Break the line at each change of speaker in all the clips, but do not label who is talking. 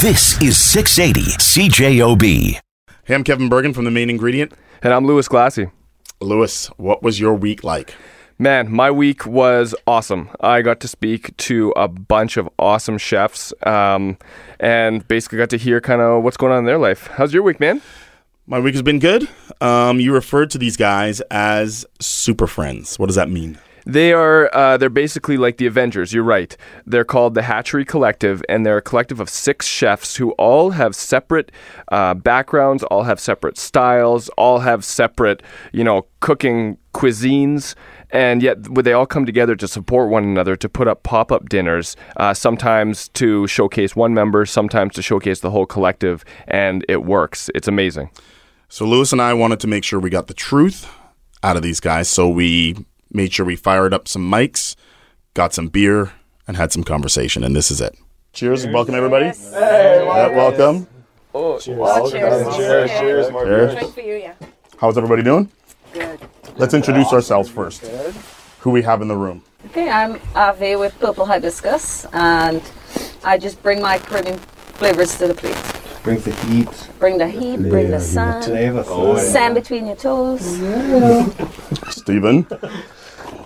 This is 680 CJOB.
Hey, I'm Kevin Bergen from The Main Ingredient.
And I'm Louis Glassy.
Lewis, what was your week like?
Man, my week was awesome. I got to speak to a bunch of awesome chefs um, and basically got to hear kind of what's going on in their life. How's your week, man?
My week has been good. Um, you referred to these guys as super friends. What does that mean?
They are uh, they're basically like the Avengers. You're right. They're called the Hatchery Collective, and they're a collective of six chefs who all have separate uh, backgrounds, all have separate styles, all have separate you know cooking cuisines. And yet, would they all come together to support one another to put up pop up dinners, uh, sometimes to showcase one member, sometimes to showcase the whole collective, and it works. It's amazing.
So, Lewis and I wanted to make sure we got the truth out of these guys. So, we made sure we fired up some mics, got some beer, and had some conversation. And this is it. Cheers and welcome, everybody. Uh, welcome.
Cheers. Cheers.
Cheers.
For you, yeah.
How's everybody doing? Good. Let's introduce ourselves first. Who we have in the room.
Okay, I'm Ave with Purple Hibiscus, and I just bring my Caribbean flavors to the plate.
brings the heat.
Bring the heat, bring the sun,
Oh,
sand between your toes.
Mm-hmm.
Stephen.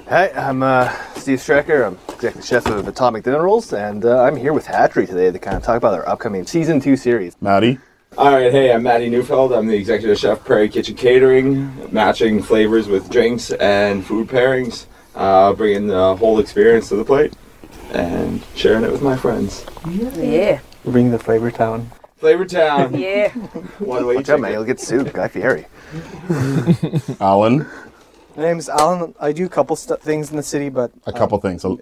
Hi, I'm uh, Steve Strecker. I'm executive chef of Atomic Dinner Rolls, and uh, I'm here with Hatchery today to kind of talk about their upcoming season two series.
Maddie.
All right, hey, I'm Matty Newfeld. I'm the executive chef, Prairie Kitchen Catering, matching flavors with drinks and food pairings, uh, bringing the whole experience to the plate and sharing it with my friends.
Yeah,
Bring the flavor town.
Flavor Town,
yeah.
one way
Watch out, man!
ticket.
You'll get sued, Guy Fieri.
Alan.
My name's Alan. I do a couple stu things in the city, but
A couple things. a- One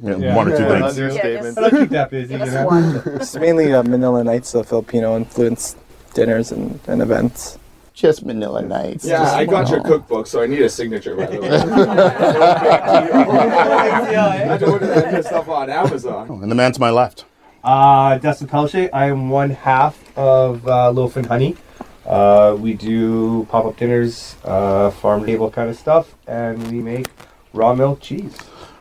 or two
Yeah.
things.
Understatement.
I keep that
Give us one.
it's mainly uh, Manila Nights, so Filipino influence dinners and, and events.
just vanilla nights.
Yeah,
Just
I got your
vanilla.
cookbook, so I need a signature, by the way. I have to order that good stuff on Amazon.
And the man to my left.
Uh, Dustin Pelche. I am one half of uh, Loaf and Honey. Uh, we do pop up dinners, uh, farm table kind of stuff, and we make raw milk cheese.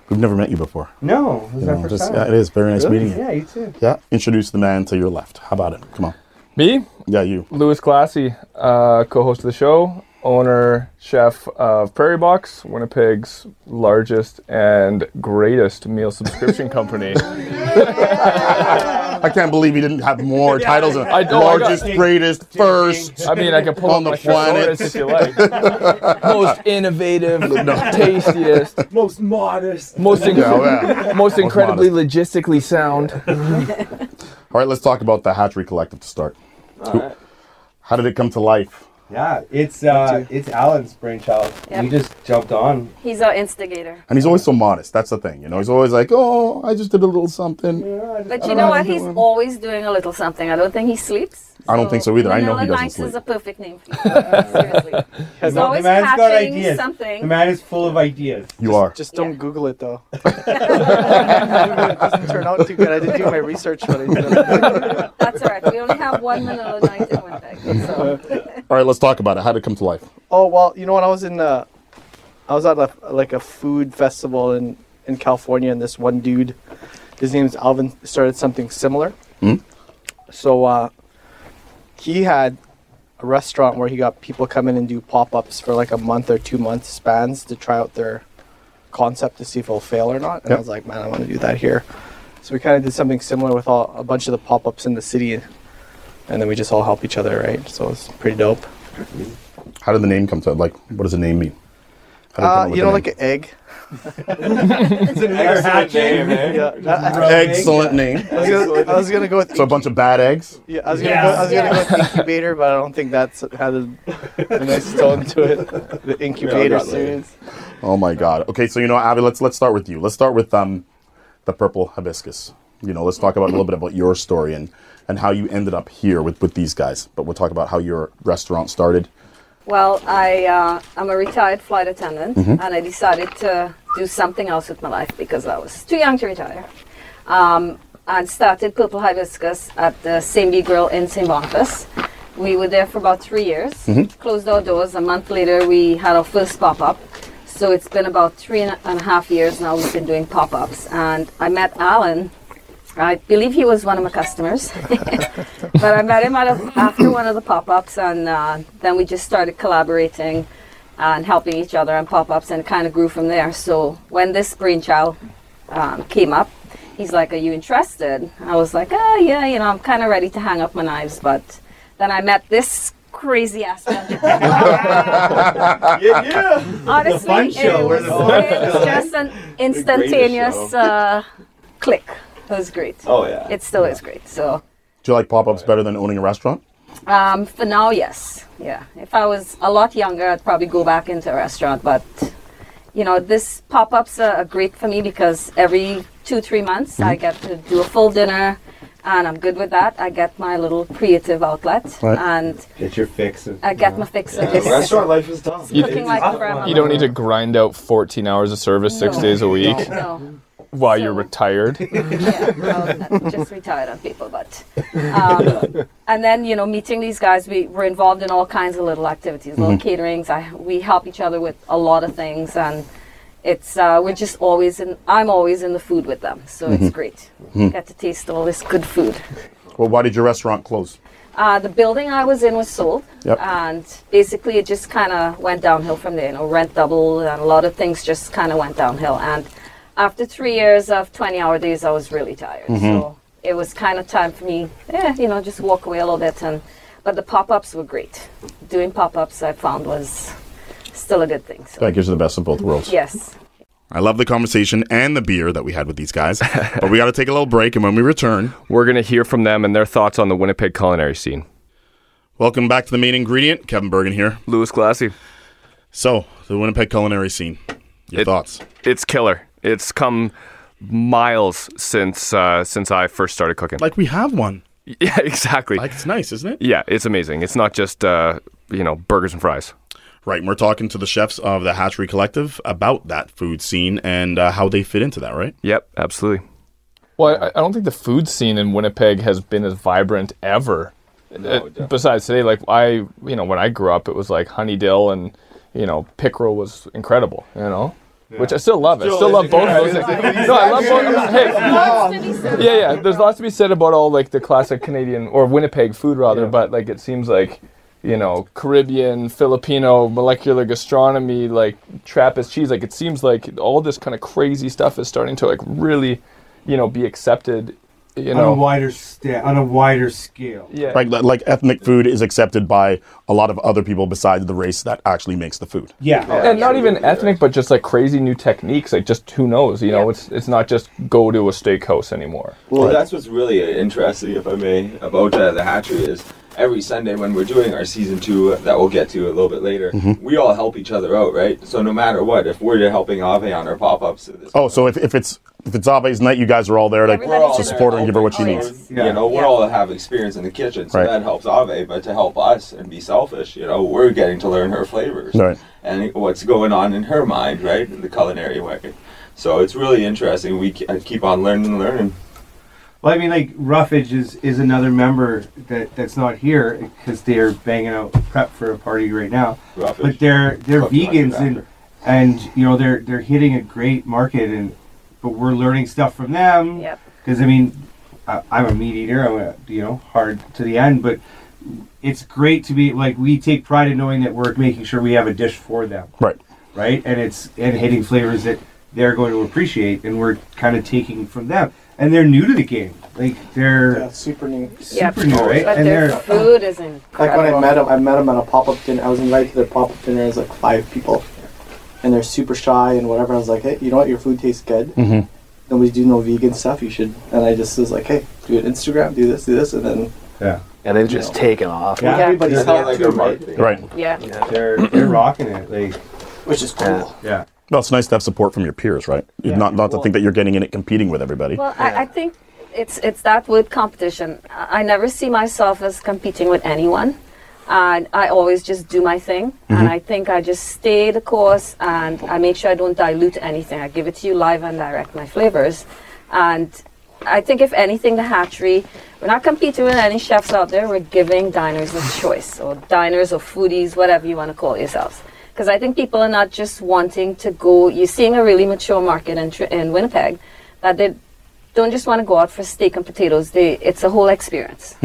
We've never met you before.
No, it was
You
my
know,
first
just- yeah,
time.
it is very nice meeting you.
Yeah, you too.
Yeah. Introduce the man to your left. How about it? Come on.
Me,
Yeah, you.
Louis Classy, uh, co-host of the show, owner, chef of Prairie Box, Winnipeg's largest and greatest meal subscription company.
I can't believe he didn't have more titles. than
I don't- I got-
largest, greatest, first.
I mean, I can pull
On
up my
the planet.
thesaurus if you like. most innovative, tastiest,
Most modest.
most inc-
Yeah, yeah.
most incredibly
modest.
logistically sound.
All right, let's talk about the Hatchery Collective to start. Who- How did it come to life?
Yeah, it's uh, it's Alan's brainchild.
Yep.
We just jumped on.
He's our instigator.
And he's always so modest. That's the thing, you know. He's always like, "Oh, I just did a little something."
But you know what? He's always doing a little something. I don't think he sleeps.
I don't think so either. I know
Manila
he doesn't
Nights is
sleep.
a perfect name for you. Seriously. He's
The
always
man's got
hatching
ideas.
something.
The man is full of ideas.
You are.
Just
don't
don't
Yeah.
Google it though. it doesn't turn out too good. I didn't do my research, but I did.
That's all right. We only have one Manila night in Winnipeg. So.
All right, let's talk about it. How did it come to life?
Oh well, you know what? I was in uh, I was at a, like a food festival in in California, and this one dude, his name's Alvin, started something similar. So uh, he had a restaurant where he got people come in and do pop ups for like a month or two month spans to try out their concept to see if it'll fail or not. And
Yep.
I was like, man, I want to do that here. So we kind of did something similar with all, a bunch of the pop ups in the city, and then we just all help each other, right? So it's pretty dope.
How did the name come to? Like, what does the name mean? How did it come up
Uh,
with the
you know,
name?
like an egg.
Excellent name, eh?
Yeah, I, I-
Excellent name.
I was gonna, I was gonna go with
So a bunch of bad eggs.
yeah, I was gonna, go, I was gonna go with incubator, but I don't think that's had a, a nice tone to it. The incubator
got
series.
Oh my God. Okay, so you know, Abby, let's let's start with you. Let's start with um, the purple hibiscus. You know, let's talk about a little bit about your story and and how you ended up here with with these guys. But we'll talk about how your restaurant started.
Well, I uh, I'm a retired flight attendant, and I decided to do something else with my life because I was too young to retire. Um, and started Purple Hibiscus at the Sandy Grill in St. Boniface. We were there for about three years. Closed our doors. A month later, we had our first pop up. So it's been about three and a and a half years now we've been doing pop ups. And I met Alan I believe he was one of my customers. but I met him at a, after one of the pop ups, and uh, then we just started collaborating uh, and helping each other on pop ups, and kind of grew from there. So when this brainchild um, came up, he's like, Are you interested? I was like, Oh, yeah, you know, I'm kind of ready to hang up my knives. But then I met this crazy ass
yeah, yeah.
honestly,
fun
it,
show, where
was,
the fun
it was just an instantaneous
show.
uh, click. It was great.
Oh yeah.
It still is great. So,
Do you like pop ups better than owning a restaurant?
um, for now, yes, yeah. If I was a lot younger, I'd probably go back into a restaurant. But you know, this pop ups are are great for me because every two three months I get to do a full dinner, and I'm good with that. I get my little creative outlet,
Right.
and
Get your fix. and-
I get my fix of
Yeah,
this.
restaurant life is tough.
You-
Cooking like a grandmother.
You don't need to grind out 14 hours of service six
No,
days a week
no, no.
while you're
So-
retired.
yeah, well, not just retired on people, but. Um, and then, you know, meeting these guys, we were involved in all kinds of little activities, little caterings. I, we help each other with a lot of things, and it's uh, we're just always in. I'm always in the food with them, so it's great. Get to taste all this good food.
Well, why did your restaurant close?
Uh, the building I was in was sold,
Yep.
and basically it just kind of went downhill from there. You know, rent doubled, and a lot of things just kind of went downhill. And after three years of 20-hour days, I was really tired. So it was kind of time for me, yeah, you know, just walk away a little bit. And but the pop-ups were great. Doing pop-ups, I found was still a good thing. So
That gives you the best of both worlds.
yes,
I love the conversation and the beer that we had with these guys. but we got to take a little break, and when we return,
We're going to hear from them and their thoughts on the Winnipeg culinary scene.
welcome back to the main ingredient. Kevin Bergen here.
Louis Glassy.
So, the Winnipeg culinary scene. Your
It-
thoughts?
It's killer. It's come miles since uh, since I first started cooking.
Like we have one.
yeah, exactly.
Like it's nice, isn't it?
yeah, it's amazing. It's not just uh, you know burgers and fries.
Right. and We're talking to the chefs of the Hatchery Collective about that food scene and uh, how they fit into that. Right.
Yep, absolutely.
Well, I, I don't think the food scene in Winnipeg has been as vibrant ever. Uh,
definitely.
besides today, like I, you know, when I grew up, it was like Honeydill and you know Pickerel was incredible. You know. Which I still love. I still love both of those things. No, I love both. of them. Hey, yeah, yeah. There's lots to be said about all like the classic Canadian or Winnipeg food rather, but like it seems like you know Caribbean, Filipino, molecular gastronomy, like Trappist cheese. Like it seems like all this kind of crazy stuff is starting to like really, you know, be accepted. You
on a
know,
wider sta- on a wider scale.
yeah.
Right. li- Like ethnic food is accepted by a lot of other people besides the race that actually makes the food.
Yeah.
And not even ethnic, but just like crazy new techniques. Like just who knows? You know, it's it's not just go to a steakhouse anymore.
Well, that's what's really interesting, if I may, about uh, the hatchery is every Sunday when we're doing our season two, uh, that we'll get to a little bit later,
Mm-hmm.
we all help each other out, right? So no matter what, if we're helping Ave on our pop ups,
Oh, so if, if it's if it's Ave's night, you guys are all there to,
Everybody's
to
there.
support her and give her what she
Oh, yeah.
needs.
Yeah.
You know, we
Yeah.
all have experience in the kitchen, so
Right.
that helps Ave. But to help us and be selfish, you know, we're getting to learn her flavors
Right.
and what's going on in her mind, right, in the culinary way. So it's really interesting. We ke- keep on learning and learning.
Well, I mean, like Roughage is is another member that that's not here because they're banging out prep for a party right now.
Roughage.
But they're they're
Talk to my
vegans and
doctor.
and you know they're they're hitting a great market and but we're learning stuff from them.
Yep.
Because I mean, I, I'm a meat eater. I'm a, you know hard to the end, but it's great to be like we take pride in knowing that we're making sure we have a dish for them.
Right.
right? And it's and hitting flavors that they're going to appreciate, and we're kind of taking from them. And they're new to the game, like they're
Yeah, super new.
Yep.
super new, right?
but
And
their
they're
food is
Like
incredible.
when I met him, I met him at a pop up dinner. I was invited to their pop up dinner. It was like five people, and they're super shy and whatever. I was like, hey, you know what? Your food tastes good. Mm-hmm. Nobody's doing no vegan stuff. You should. And I just was like, hey, do an Instagram, do this, do this, and then
yeah,
And they've just
Yeah.
taken off.
Yeah.
everybody's
It's not
helped
like
too,
a
right?
marketing.
Right.
yeah.
they're they're rocking it, like
Which is cool.
Yeah.
yeah.
Well, it's nice to have support from your peers, right? Not not to think that you're getting in it competing with everybody.
Well, I, I think it's it's that word competition. I I never see myself as competing with anyone, and I always just do my thing. And I think I just stay the course, and I make sure I don't dilute anything. I give it to you live and direct my flavors, and I think if anything, the hatchery. We're not competing with any chefs out there. We're giving diners a choice, or diners, or foodies, whatever you want to call yourselves. Because I think people are not just wanting to go. You're seeing a really mature market in, Tr- in Winnipeg, that they don't just want to go out for steak and potatoes. They, it's a whole experience,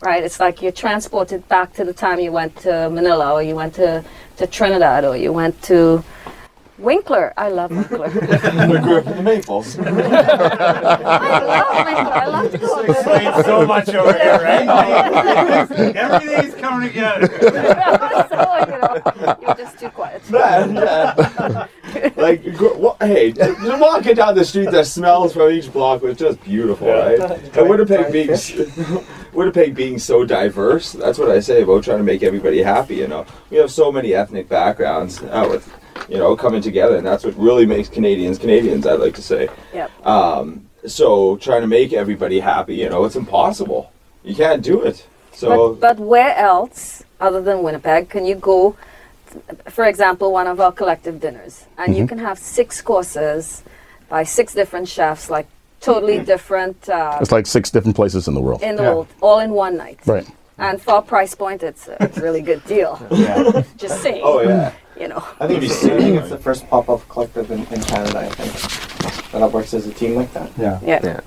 right? It's like you're transported back to the time you went to Manila or you went to, to Trinidad or you went to Winkler. I love Winkler.
I grew up in the Maples.
I love Winkler. I love to go out there.
Explains so much over here, right? Everything's coming together.
so, you know, you're just too quiet.
And, uh, like, gr- wa- hey, just just walking down the street, the smells from each block was just beautiful, right? And Winnipeg being, s- Winnipeg being so diverse, that's what I say about trying to make everybody happy. You know, we have so many ethnic backgrounds uh, with, you know, coming together, and that's what really makes Canadians Canadians. I'd like to say.
Yep.
Um, so trying to make everybody happy, you know, it's impossible. You can't do it. So
But, but where else, other than Winnipeg, can you go, for example, one of our collective dinners, and you can have six courses by six different chefs, like totally different uh,
It's like six different places in the world.
in the world, all in one night.
Right.
And for a price point, it's a really good deal.
Yeah.
Just saying.
oh yeah,
You know.
I think,
Maybe
it's, I think
sooner.
it's the first pop-up collective in, in Canada. I think that works as a team like that.
Yeah.
Yeah.
Yeah.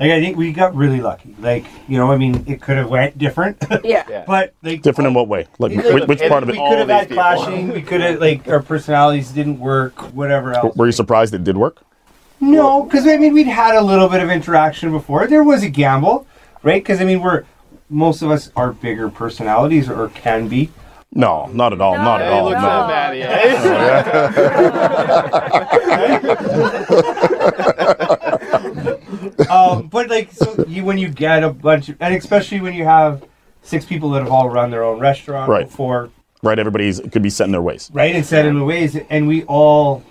Like I think we got really lucky. Like you know, I mean, it could have went different,
Yeah.
but like
Different in what way? Like,
It could've-
which, which part of
We
it?
could have
All
had
these people.
clashing. We could have like our personalities didn't work. Whatever else.
Were you surprised it did work?
No, because I mean we'd had a little bit of interaction before. There was a gamble, right? Because I mean we're most of us are bigger personalities or can be.
No, not at all. Not at
Hey,
all.
look
No.
at that man.
Um, but like so you when you get a bunch, of, and especially when you have six people that have all run their own restaurant
Right.
before,
Right? Everybody's could be set in their ways.
right? And set in the ways, and we all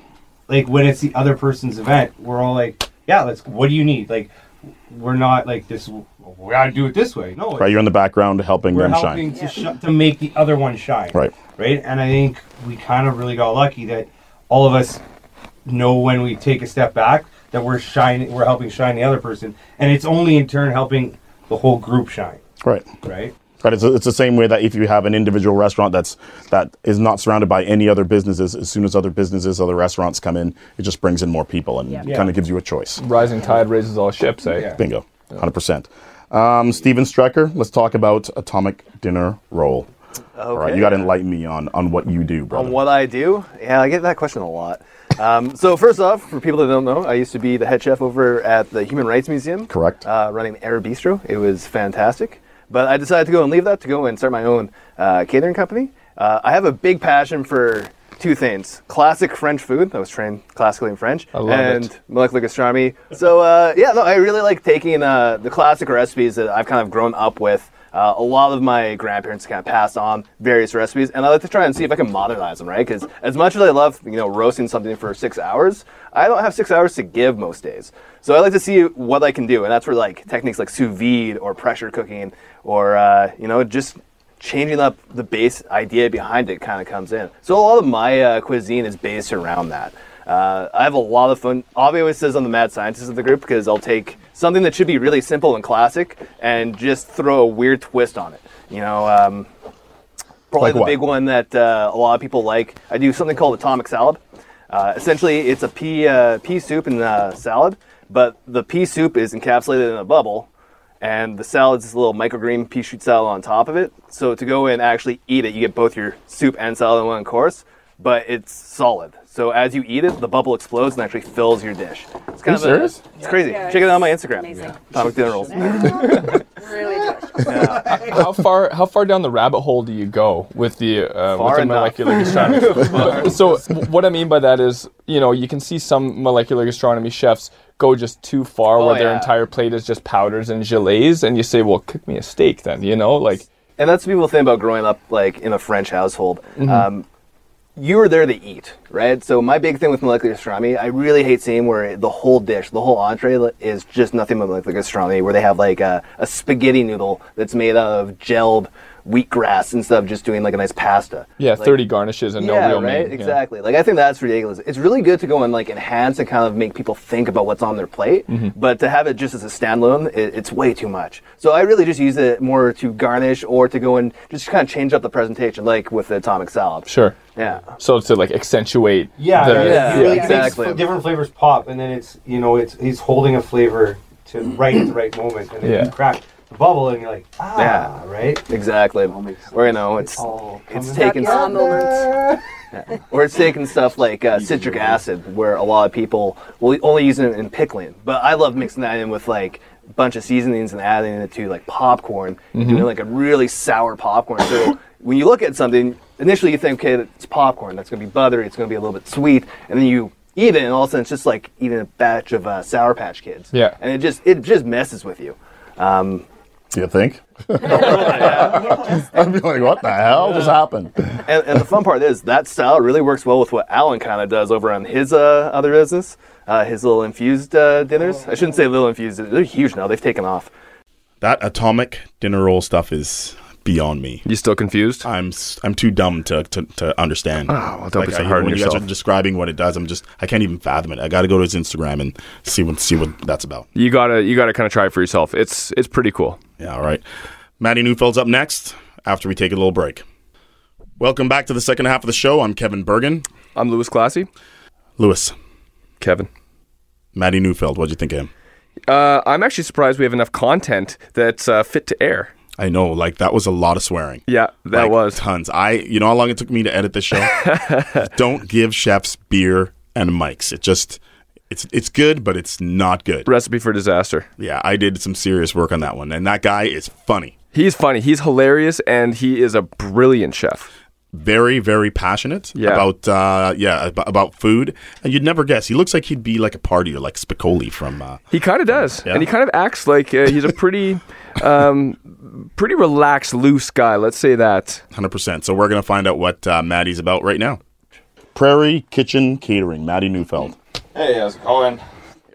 like when it's the other person's event, we're all like, yeah, let's. What do you need? Like we're not like this. We gotta do it this way. No, it's-
Right? You're in the background helping
we're
them
helping
shine.
to sh- to make the other one shine.
Right.
right? And I think we kind of really got lucky that all of us know when we take a step back that we're shining, we're helping shine the other person, and it's only in turn helping the whole group shine,
Right.
right?
Right. It's, it's the same way that if you have an individual restaurant that's that is not surrounded by any other businesses, as soon as other businesses, other restaurants come in, it just brings in more people and
Yeah.
kind of gives you a choice.
Rising tide raises all ships, eh?
Yeah.
Bingo. 100%. Um, Steven Strecker, let's talk about Atomic Dinner Roll. All right. You got to enlighten me on, on what you do, brother.
on what I do? Yeah, I get that question a lot. Um, so first off, for people that don't know, I used to be the head chef over at the Human Rights Museum.
Correct.
Uh, running Air Bistro. It was fantastic. But I decided to go and leave that to go and start my own uh, catering company. Uh, I have a big passion for two things: classic French food. I was trained classically in French,
love
and
it.
molecular gastronomy. So uh, yeah, no, I really like taking uh, the classic recipes that I've kind of grown up with. Uh, a lot of my grandparents kind of passed on various recipes, and I like to try and see if I can modernize them, right? Because as much as I love, you know, roasting something for six hours, I don't have six hours to give most days. So I like to see what I can do, and that's where like techniques like sous vide or pressure cooking, or uh, you know, just changing up the base idea behind it kind of comes in. So a lot of my uh, cuisine is based around that. Uh, I have a lot of fun. Avi always says I'm the mad scientist of the group because I'll take something that should be really simple and classic and just throw a weird twist on it. You know, um, probably
Like
the
what?
big one that uh, a lot of people like. I do something called atomic salad. Uh, essentially, it's a pea uh, pea soup and uh, salad, but the pea soup is encapsulated in a bubble, and the salad's this little microgreen pea shoot salad on top of it. So to go and actually eat it, you get both your soup and salad in one course, but it's solid. So as you eat it, the bubble explodes and actually fills your dish. It's kind of a-
serious?
it's crazy.
Yeah,
Check it out on my
it's
Instagram.
amazing. Yeah.
Atomic dinner rolls.
really delicious.
How far how far down the rabbit hole do you go with the uh,
Far
with the
enough.
molecular gastronomy? so w- what I mean by that is, you know, you can see some molecular gastronomy chefs go just too far
Oh,
where their
yeah.
entire plate is just powders and gelées and you say, "Well, cook me a steak then," you know, like
and that's what people think about growing up like in a French household. Um, you were there to eat, right? So my big thing with molecular gastronomy, I really hate seeing where the whole dish, the whole entree li- is just nothing but molecular gastronomy, where they have like a, a spaghetti noodle that's made out of gelled wheatgrass instead of just doing like a nice pasta.
yeah,
Like-
30 garnishes and
yeah,
no real
right?
main. yeah.
Exactly. Like I think that's ridiculous. It's really good to go and like enhance and kind of make people think about what's on their plate,
Mm-hmm.
but to have it just as a standalone, it, it's way too much. So I really just use it more to garnish or to go and just kind of change up the presentation, like with the atomic salad.
Sure.
Yeah.
So to like accentuate
Yeah,
the,
yeah,
Yeah,
It really makes
exactly.
f- different flavors pop, and then it's you know it's he's holding a flavor to right at the right moment, and then
Yeah.
you crack the bubble, and you're like, ah,
yeah,
right.
Exactly. Or you know, it's it's taking
Happy hour moment.
or it's taking stuff like uh, citric acid, where a lot of people will only use it in pickling. But I love mixing that in with like a bunch of seasonings and adding it to like popcorn,
Mhm.
doing like a really sour popcorn. So when you look at something, initially you think, okay, it's popcorn. That's gonna be buttery. It's gonna be a little bit sweet, and then you eat it, and all of a sudden it's just like eating a batch of uh, Sour Patch Kids.
Yeah.
and it just it just messes with you. Um,
Do you think? I'd be like, what the hell just happened?
and, and the fun part is that style really works well with what Alan kind of does over on his uh, other business, uh, his little infused uh,
Oh.
dinners. I shouldn't say little infused; they're huge now. They've taken off.
That atomic dinner roll stuff is beyond me.
You still confused?
I'm s- I'm too dumb to to, to understand.
Oh, well, don't be so
I-
hard on
when You guys
yourself.
are describing what it does. I'm just I can't even fathom it. I got to go to his Instagram and see what see what that's about.
You gotta you gotta kind of try it for yourself. It's it's pretty cool.
Yeah, all right. Maddie Newfeld's up next after we take a little break. Welcome back to the second half of the show. I'm Kevin Bergen.
I'm Lewis Classy.
Lewis.
Kevin.
Maddie Newfeld, what'd you think of him?
Uh, I'm actually surprised we have enough content that's uh, fit to air.
I know, like that was a lot of swearing.
Yeah, that
was tons. I you know how long it took me to edit this show? Don't give chefs beer and mics. It just it's it's good, but it's not good.
Recipe for disaster.
Yeah, I did some serious work on that one, and that guy is funny.
He's funny. He's hilarious, and he is a brilliant chef.
Very, very passionate about uh, yeah ab- about food, and you'd never guess. He looks like he'd be like a partier, like Spicoli from uh,
He kind of does, and he kind of acts like uh, he's a pretty, um, pretty relaxed, loose guy. Let's say that.
Hundred percent. So we're gonna find out what uh, Maddie's about right now. Prairie Kitchen Catering, Maddie Newfeld.
Hey, how's it going?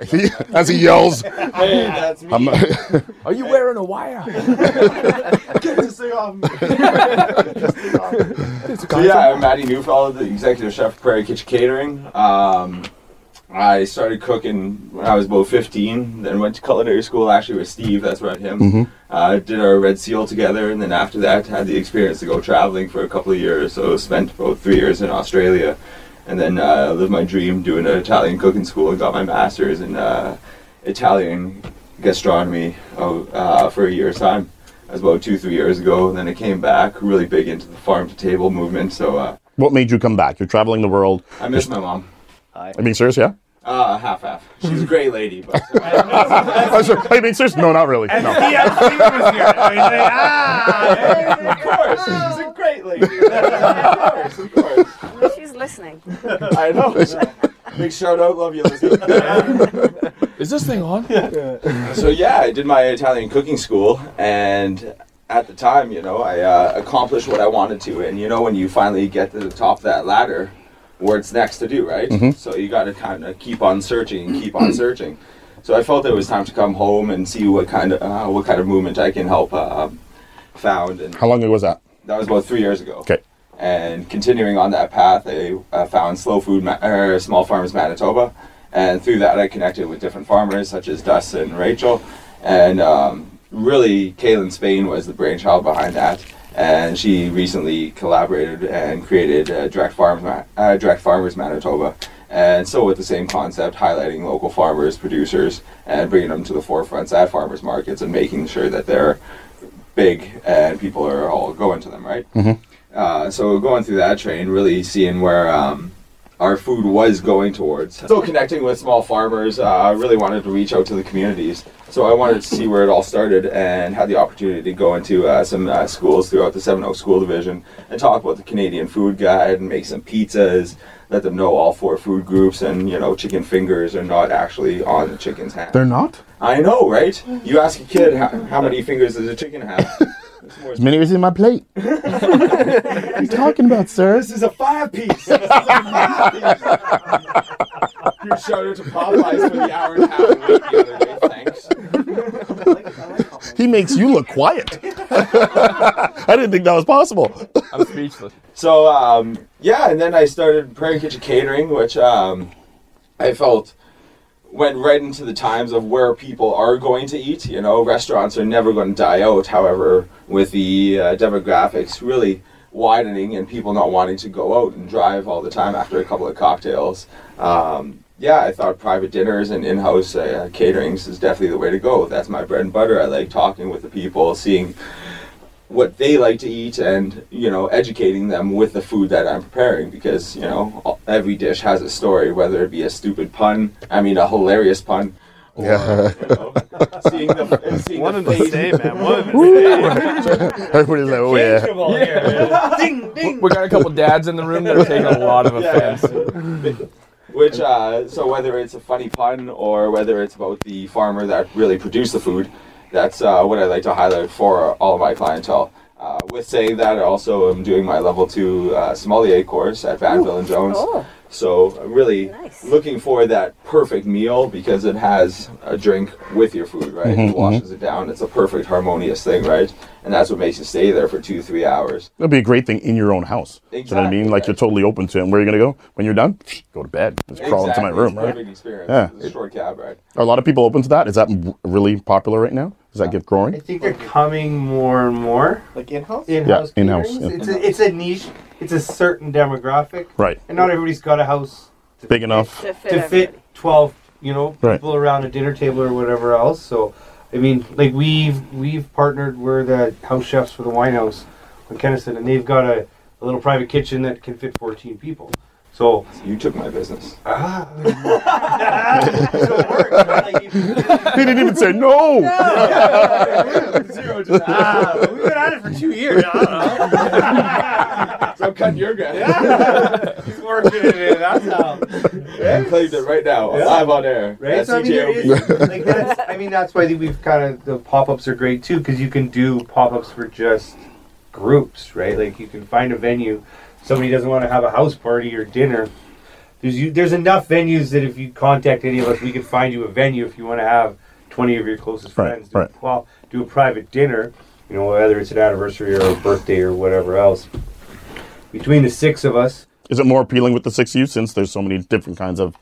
As he yells,
Hey, that's me.
I'm-
Are you wearing a wire?
Get this thing off me. so yeah, I'm Maddie Newfeld, the executive chef of Prairie Kitchen Catering. Um, I started cooking when I was about 15, then went to culinary school actually with Steve, that's right, him.
Mhm.
Uh, did our Red Seal together, and then after that had the experience to go traveling for a couple of years, so spent about three years in Australia. And then uh, lived my dream doing an Italian cooking school and got my master's in uh, Italian gastronomy of, uh, for a year's time. That was about two, three years ago. And then I came back really big into the farm to table movement. So uh,
What made you come back? You're traveling the world.
I miss my mom.
Hi.
I mean, serious? Yeah.
Uh, half half. She's a great lady, but
I, was like, I mean, serious? No, not really. No. ah.
of course, she's a great lady. of course, of course.
She's listening.
I know. Big shout out, love you, Elizabeth.
Is this thing on?
so yeah, I did my Italian cooking school, and at the time, you know, I uh, accomplished what I wanted to. And you know, when you finally get to the top of that ladder, what's next to do, right?
Mm-hmm.
Mhm.
So you got to kind of keep on searching and keep on searching. So I felt it was time to come home and see what kind of uh, what kind of movement I can help uh, found. And
How long ago was that?
that was about three years ago.
Okay.
And continuing on that path, I uh, found Slow Food Ma- er, Small Farms Manitoba, and through that I connected with different farmers such as Dustin and Rachel, and um, really Kaylin Spain was the brainchild behind that, and she recently collaborated and created uh, Direct Farms Ma- uh, Direct Farmers Manitoba. And so, with the same concept, highlighting local farmers, producers, and bringing them to the forefronts at farmers markets and making sure that they're big and people are all going to them, right? Uh, so going through that train, really seeing where um, our food was going towards. Still connecting with small farmers. uh, I really wanted to reach out to the communities. So I wanted to see where it all started and had the opportunity to go into uh, some uh, schools throughout the Seven Oaks School Division and talk about the Canadian Food Guide and make some pizzas. Let them know all four food groups and you know chicken fingers are not actually on the chicken's hand.
They're not
I know, right? You ask a kid how, how many fingers does a chicken have?
as many as in my plate. what are you talking about, sir?
This is a five piece. This is a five piece. you shouted to Popeyes for the hour and a half wait the other day. Thanks.
He makes you look quiet. I didn't think that was possible.
I'm speechless.
So um, yeah, and then I started Prairie Kitchen Catering, which um, I felt went right into the times of where people are going to eat. You know, restaurants are never going to die out. However, with the uh, demographics really widening and people not wanting to go out and drive all the time after a couple of cocktails, um, yeah, I thought private dinners and in-house uh, caterings is definitely the way to go. That's my bread and butter. I like talking with the people, seeing what they like to eat, and you know, educating them with the food that I'm preparing because you know all- every dish has a story, whether it be a stupid pun, I mean, a hilarious pun. Or,
Yeah.
you know, seeing the, seeing
One
the
and the
face-
same, man. One and the
Woo.
Everybody's like, oh yeah.
Yeah. We got a couple dads in the room that are taking a lot of
Yeah.
offense.
Which, uh, so whether it's a funny pun or whether it's about the farmer that really produced the food, that's uh, what I like to highlight for all of my clientele. Uh, with saying that, I also am doing my level two uh, sommelier course at Vanville and Jones. So I'm really looking for that perfect meal because it has a drink with your food, right?
Mhm,
it washes it down. It's a perfect harmonious thing, right? And that's what makes you stay there for two, three hours.
That'd be a great thing in your own house. You know what I mean? Like you're totally open to it. And where are you gonna go when you're done? Go to bed. Just crawl into my
Exactly,
room,
it's a
right?
perfect experience.
Yeah.
It's a short cab ride.
Are a lot of people open to that? Is that w- really popular right now? Does that get growing?
I think they're coming more and more.
Like in-house?
In-house.
Yeah, in-house,
caterings.
yeah.
It's, a, it's a niche. It's a certain demographic.
Right.
And not everybody's got a house
Big enough.
to
To
fit,
fit
twelve, you know,
Right.
people around a dinner table or whatever else. So, I mean, like we've we've partnered. We're the house chefs for the wine house in Keniston, and they've got a, a little private kitchen that can fit fourteen people. So
you took my business.
Ah.
He didn't even say no.
Zero just, ah, we've been at it for two years.
so I'm cutting your guy.
He's working it in. That's how.
I claimed it right now, live on air.
Right?
at
So, I mean, there is,
CJOB.
like that's, I mean, that's why we've kind of the pop ups are great too because you can do pop ups for just groups, right? Like you can find a venue. Somebody doesn't want to have a house party or dinner. There's you. There's enough venues that if you contact any of us, we can find you a venue if you want to have 20 of your closest
Right,
friends do,
right.
a, pop- do a private dinner. You know, whether it's an anniversary or a birthday or whatever else. Between the six of us,
Is it more appealing with the six of you since there's so many different kinds of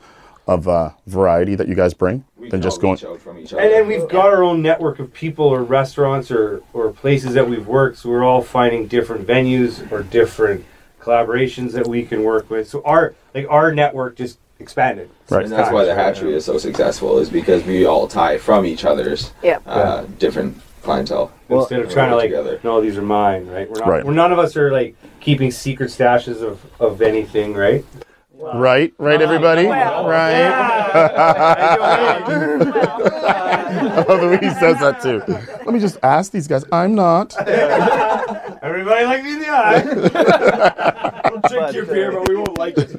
of uh, variety that you guys bring than just going?
And then we've got our own network of people or restaurants or, or places that we've worked. So we're all finding different venues or different collaborations that we can work with. So our like our network just expanded.
And that's why the hatchery is so successful, is because we all tie from each other's
Yeah.
uh, different clientele.
Instead of trying to like, no, these are mine, right? We're not.
Right.
We're none of us are like keeping secret stashes of, of anything, right?
Right, right, everybody,
well,
right. I love the way he says that too. Let me just ask these guys. I'm not.
Everybody like me in the eye. we'll drink your beer, but we won't like it.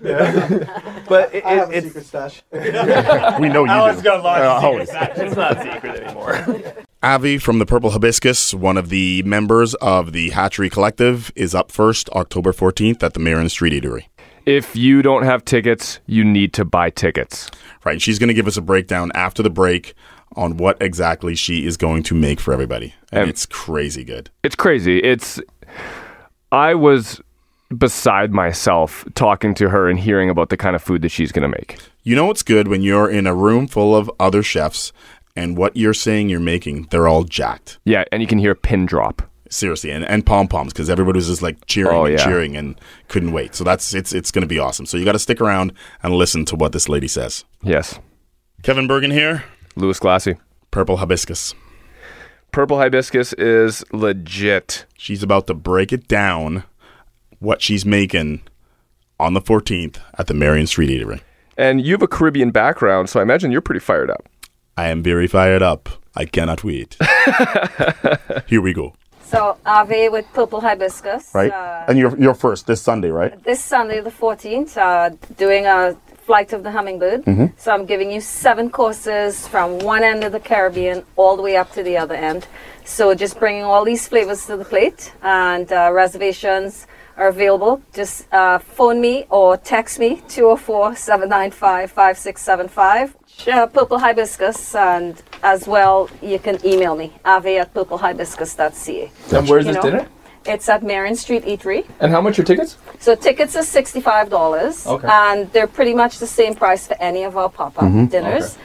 But it,
I have
it,
a secret stash.
We know you
Alan's
do.
got lots of
Uh, always.
It's not secret anymore.
Avi from the Purple Hibiscus, one of the members of the Hatchery Collective, is up first October 14th at the Marin Street Eatery.
If you don't have tickets, you need to buy tickets.
Right, and she's going to give us a breakdown after the break on what exactly she is going to make for everybody. And, it's crazy good.
It's crazy. It's I was beside myself talking to her and hearing about the kind of food that she's going to make.
You know it's good when you're in a room full of other chefs and what you're saying you're making, they're all jacked.
Yeah, and you can hear a pin drop.
Seriously, and, and pom poms because everybody was just like cheering
Oh,
and
yeah.
cheering and couldn't wait. So that's it's it's going to be awesome. So you got to stick around and listen to what this lady says.
Yes.
Kevin Bergen here.
Louis Glassy.
Purple Hibiscus.
Purple Hibiscus is legit.
She's about to break it down what she's making on the 14th at the Marion Street Eatery.
And you have a Caribbean background, so I imagine you're pretty fired up.
I am very fired up. I cannot wait. Here we go.
So Ave with purple hibiscus.
Right?
Uh,
and you're, you're first this Sunday, right?
this Sunday the 14th, uh, doing a flight of the hummingbird.
Mm-hmm.
Mhm.
So I'm giving you seven courses from one end of the Caribbean all the way up to the other end. So just bringing all these flavors to the plate, and uh, reservations are available. Just uh, phone me or text me 204 795 5675. Purple Hibiscus, and as well, you can email me ave at purplehibiscus.ca.
And where's
You
this
know,
dinner?
It's at Marion Street Eatery.
And how much are tickets?
So tickets are sixty-five dollars,
Okay.
and they're pretty much the same price for any of our pop-up
Mm-hmm.
Mhm.
dinners,
Okay.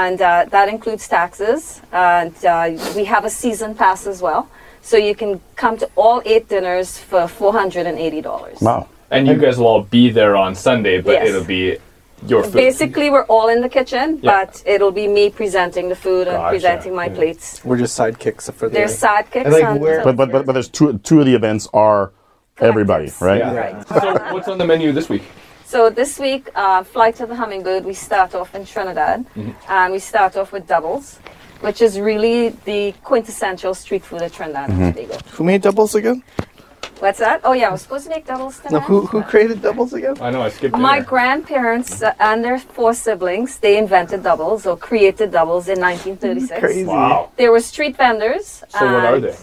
and uh, that includes taxes. And uh, we have a season pass as well, so you can come to all eight dinners for four hundred and eighty dollars.
Wow.
And you guys will all be there on Sunday, but
Yes.
it'll be your food.
Basically, we're all in the kitchen,
Yeah.
but it'll be me presenting the food and
Gotcha.
presenting my plates.
We're just sidekicks for
They're sidekicks. and
but, but but but there's two two of the events are everybody, right?
Yeah.
So what's on the menu this week?
So this week, uh, Flight of the Hummingbird, we start off in Trinidad,
Mhm.
and we start off with doubles, which is really the quintessential street food of Trinidad and
Mm-hmm.
Mhm.
Tobago.
Who made doubles again?
What's that? Oh yeah, I was supposed to make doubles tonight.
No, who who created doubles again?
I know I skipped
My grandparents uh, and their four siblings, they invented doubles or created doubles in 1936.
Crazy. Wow.
They were street vendors.
So what are
and-
they?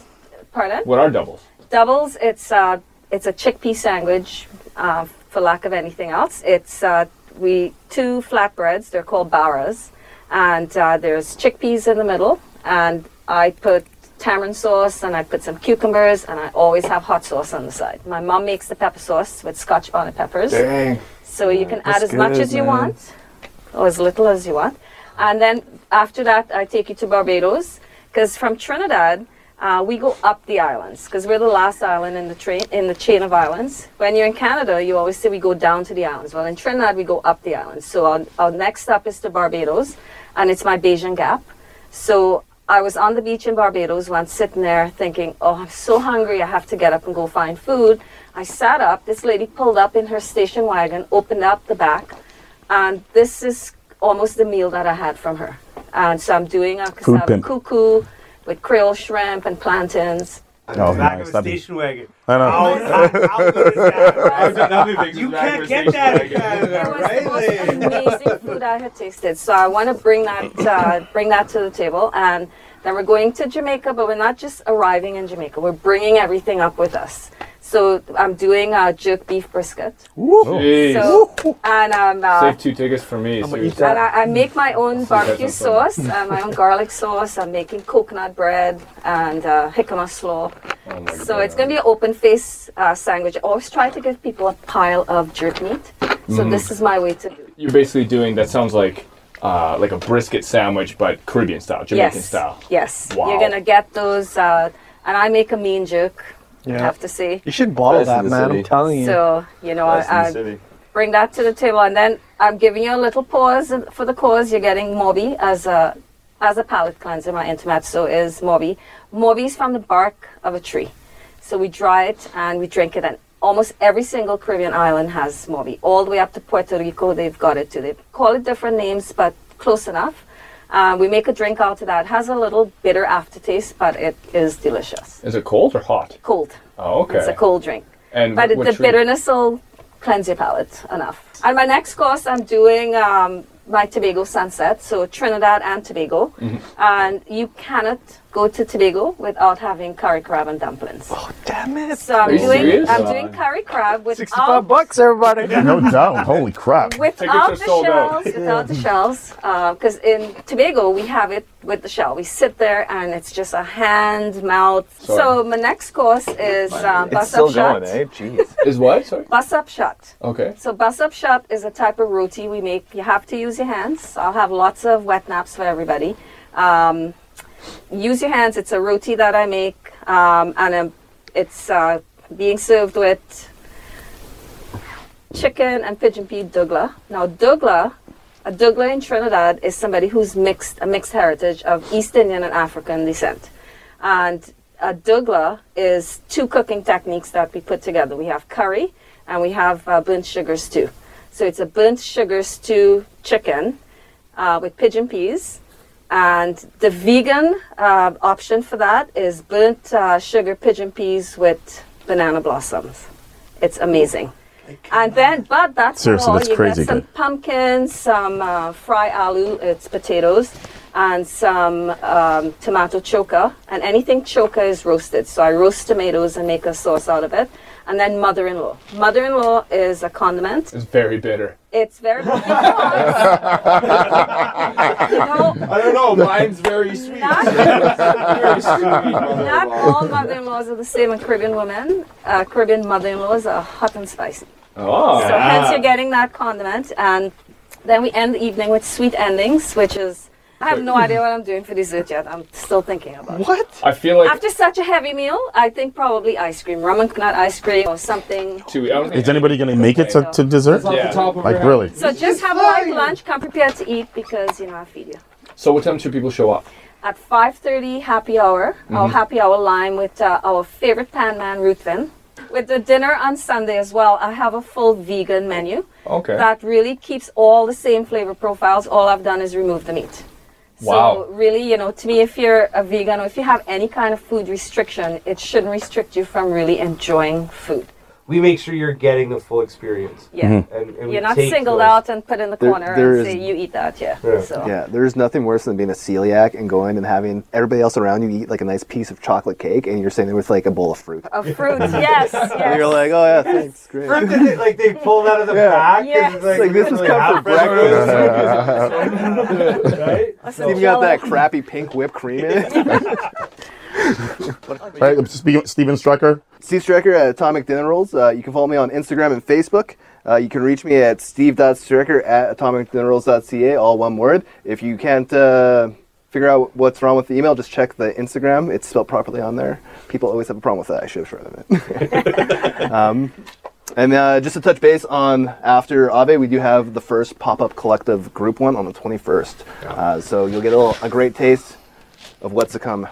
Pardon?
What are doubles?
Doubles, it's uh, it's a chickpea sandwich, uh, for lack of anything else. It's uh, we two flatbreads. They're called barras, and uh, there's chickpeas in the middle. And I put tamarind sauce, and I put some cucumbers, and I always have hot sauce on the side. My mom makes the pepper sauce with Scotch bonnet peppers,
Dang.
so you can add
That's
as much
good,
as you
man.
want or as little as you want. And then after that, I take you to Barbados because from Trinidad, uh, we go up the islands because we're the last island in the train in the chain of islands. When you're in Canada, you always say we go down to the islands. Well, in Trinidad, we go up the islands. So our, our next stop is to Barbados, and it's my Bayesian Gap. So I was on the beach in Barbados once, sitting there thinking, "Oh, I'm so hungry. I have to get up and go find food." I sat up. This lady pulled up in her station wagon, opened up the back, and this is almost the meal that I had from her. And so I'm doing a
Food
cassava
pimp.
cuckoo with Creole shrimp and plantains.
Oh,
back
nice.
of a
That'd be-
station wagon.
I know.
How, how, how good is that? you
back of
can't
a
get
station
that in
wagon.
Canada, right?
Amazing food I had tasted. So I want to bring that uh, bring that to the table. And then we're going to Jamaica, but we're not just arriving in Jamaica. We're bringing everything up with us. So I'm doing a jerk beef brisket.
Jeez.
So, and I'm uh,
Save two tickets for me. seriously.
And I, I make my own
that
barbecue
sounds fun.
sauce, and my own garlic sauce. I'm making coconut bread and uh, jicama slaw.
Oh
so it's going to be an open face uh, sandwich. I always try to give people a pile of jerk meat. So
Mm.
this is my way to do it.
You're basically doing that sounds like uh, like a brisket sandwich, but Caribbean style, Jamaican
yes.
style.
Yes.
Wow.
You're going to get those, uh, and I make a mean jerk, I have to say.
You should bottle
Best in
that,
the
man.
city.
I'm telling you.
So, you know, uh,
Best in the
I, I
city.
bring that to the table, and then I'm giving you a little pause for the cause. You're getting Moby as a as a palate cleanser. My intermezzo is Moby. Moby's from the bark of a tree, so we dry it and we drink it. And almost every single Caribbean island has Moby. All the way up to Puerto Rico, they've got it too. They call it different names, but close enough. Uh, we make a drink out of that. It has a little bitter aftertaste, but it is delicious.
Is it cold or hot?
Cold.
Oh, okay.
It's a cold drink.
And
but
what
the
tree-
bitterness will cleanse your palate enough. And my next course, I'm doing um, my Tobago sunset, so Trinidad and Tobago.
Mhm.
And you cannot go to Tobago without having curry crab and dumplings. Oh damn it! So I'm
Are you
doing
serious?
I'm doing curry crab without
65 bucks, everybody.
no doubt. Holy crap.
Without the shells, without the shells, because in Tobago we have it with the shell. We sit there and it's just a hand mouth.
Sorry.
So my next course is um, bus up shot.
eh? Jeez. Is what? Sorry.
Bus up shot.
Okay.
So bus up shot is a type of roti we make. You have to use your hands. I'll have lots of wet naps for everybody. Um, use your hands. It's a roti that I make, um, and um it's uh, being served with chicken and pigeon pea dougla. Now dougla, a dougla in Trinidad is somebody who's mixed a mixed heritage of East Indian and African descent, and a dougla is two cooking techniques that we put together. We have curry and we have uh, burnt sugar stew. So it's a burnt sugar stew chicken uh, with pigeon peas. And the vegan uh, option for that is burnt uh, sugar pigeon peas with banana blossoms. It's amazing. And then, but that's
Seriously,
all.
that's
you
crazy
get some
good.
pumpkin, some uh, fry aloo, it's potatoes, and some um, tomato choca. And anything choca is roasted. So I roast tomatoes and make a sauce out of it. And then mother-in-law. Mother-in-law is a condiment.
It's very bitter.
It's very
I don't know. Mine's very sweet. very sweet.
Not all mother-in-laws are the same in Caribbean women. Uh, Caribbean mother-in-laws are hot and spicy.
Oh.
So hence you're getting that condiment. And then we end the evening with sweet endings, which is I have no idea what I'm doing for dessert yet. I'm still thinking about it.
What? I feel like
After such a heavy meal, I think probably ice cream, rum and nut ice cream or something.
too. I don't think
Is anybody going to make it to, to dessert?
off the Yeah. top of
like
her head.
really?
So just have a light lunch. Come prepared to eat because you know I feed you.
So what time should people show up?
At 5:30 happy hour, our
Mhm.
happy hour line with uh, our favorite pan man Ruthven. With the dinner on Sunday as well, I have a full vegan menu.
Okay.
That really keeps all the same flavor profiles. All I've done is remove the meat.
Wow.
So really, you know, to me, if you're a vegan or if you have any kind of food restriction, it shouldn't restrict you from really enjoying food.
We make sure you're getting the full experience.
Yeah.
Mm-hmm.
And, and we
You're not
take
singled
those.
out and put in the
There-
corner
there
and
is-
say you eat that. Yeah. So.
Yeah, there's nothing worse than being a celiac and going and having everybody else around you eat like a nice piece of chocolate cake, and you're sitting there with like a bowl of fruit.
Of fruit, yes.
And
yes.
you're like, oh yeah, thanks, great.
Fruit that they, like they pulled out of the pack.
Yes.
And it's like,
Like, this has
really
come for
half
breakfast. It's
No.
even got that crappy pink whipped cream in it.
All right, Spe- Steven Strucker.
Steve Strecker at Atomic Dinner Rolls. Uh, you can follow me on Instagram and Facebook. Uh, you can reach me at steve.strecker at atomicdinnerrolls.ca, all one word. If you can't uh, figure out what's wrong with the email, just check the Instagram. It's spelled properly on there. People always have a problem with that. I should have shortened it. um, and uh, just to touch base on after Ave, we do have the first pop up collective group one on the 21st. Uh, so you'll get a, little, a great taste of what's to come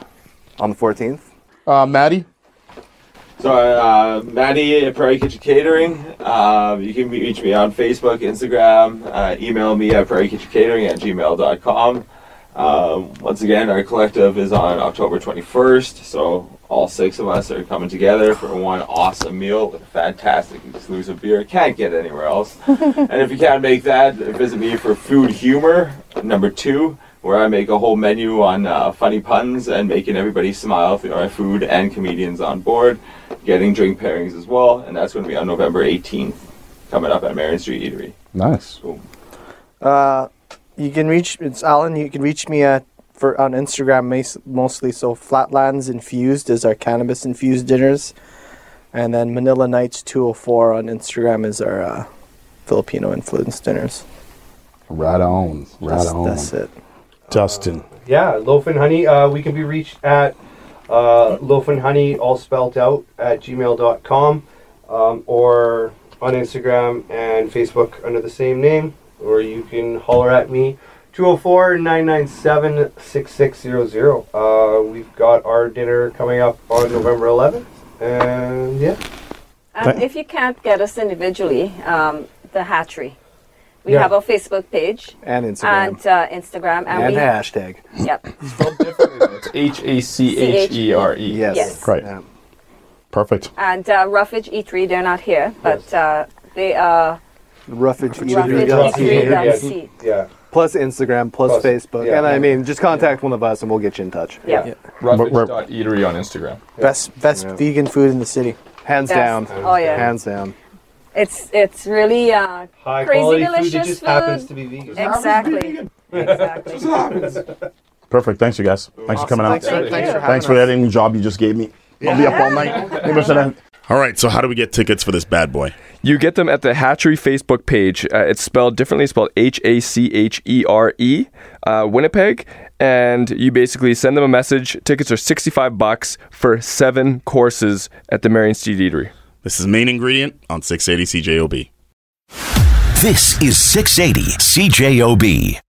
on the 14th.
Uh, Maddie?
So, uh, Maddie at Prairie Kitchen Catering. Um, you can reach me on Facebook, Instagram, uh, email me at Prairie Kitchen Catering at gmail.com. Um, once again, our collective is on October 21st, so all six of us are coming together for one awesome meal with a fantastic exclusive beer. Can't get anywhere else. and if you can't make that, visit me for Food Humor, number two, where I make a whole menu on uh, funny puns and making everybody smile through our food and comedians on board, getting drink pairings as well. And that's going to be on November 18th, coming up at Marion Street Eatery.
Nice.
Uh, you can reach it's Alan. You can reach me at for on Instagram mas- mostly. So Flatlands Infused is our cannabis infused dinners, and then Manila Nights 204 on Instagram is our uh, Filipino influenced dinners.
Right on. Right
That's-
on.
that's it.
Dustin.
Yeah, loaf and honey. Uh, we can be reached at uh, loaf and honey, all spelled out, at gmail.com um, or on Instagram and Facebook under the same name. Or you can holler at me, 204 997 6600. Uh, We've got our dinner coming up on November 11th. And yeah.
And Um, if you can't get us individually, um, the hatchery. We
Yeah.
have a Facebook page
And Instagram.
and uh, Instagram, and,
And,
we
hashtag.
Yep.
It's H A C H E R E.
Yes.
Yes.
Right. Perfect.
And uh, Roughage Eatery, they're not here, but uh, they are.
Roughage
Roughage Eatery dot Eatery dot Yeah. C.
Yeah.
Plus Instagram, plus,
Plus-
Facebook.
yeah.
and I mean, just contact one of us and we'll get you in touch.
Yeah. Yeah.
Roughage.eatery on Instagram.
Best best
Yeah.
vegan food in the city,
hands
Best.
down.
Oh, yeah.
Hands down.
It's it's really uh,
High
crazy
quality food that
delicious
just happens to be vegan. Just happens to be
Exactly. Exactly.
Perfect. Thanks, you guys. Thanks for
Awesome.
coming out.
Thanks for- Thank thanks you. for having
Thanks for
us.
that editing job you just gave me. I'll be up all night. Maybe I should have- All right, so how do we get tickets for this bad boy?
You get them at the Hatchery Facebook page. Uh, it's spelled differently. It's spelled H A C H E R E, uh, Winnipeg. And you basically send them a message. Tickets are 65 bucks for seven courses at the Marion Street Eatery.
This is main ingredient on 680 CJOB.
This is 680 CJOB.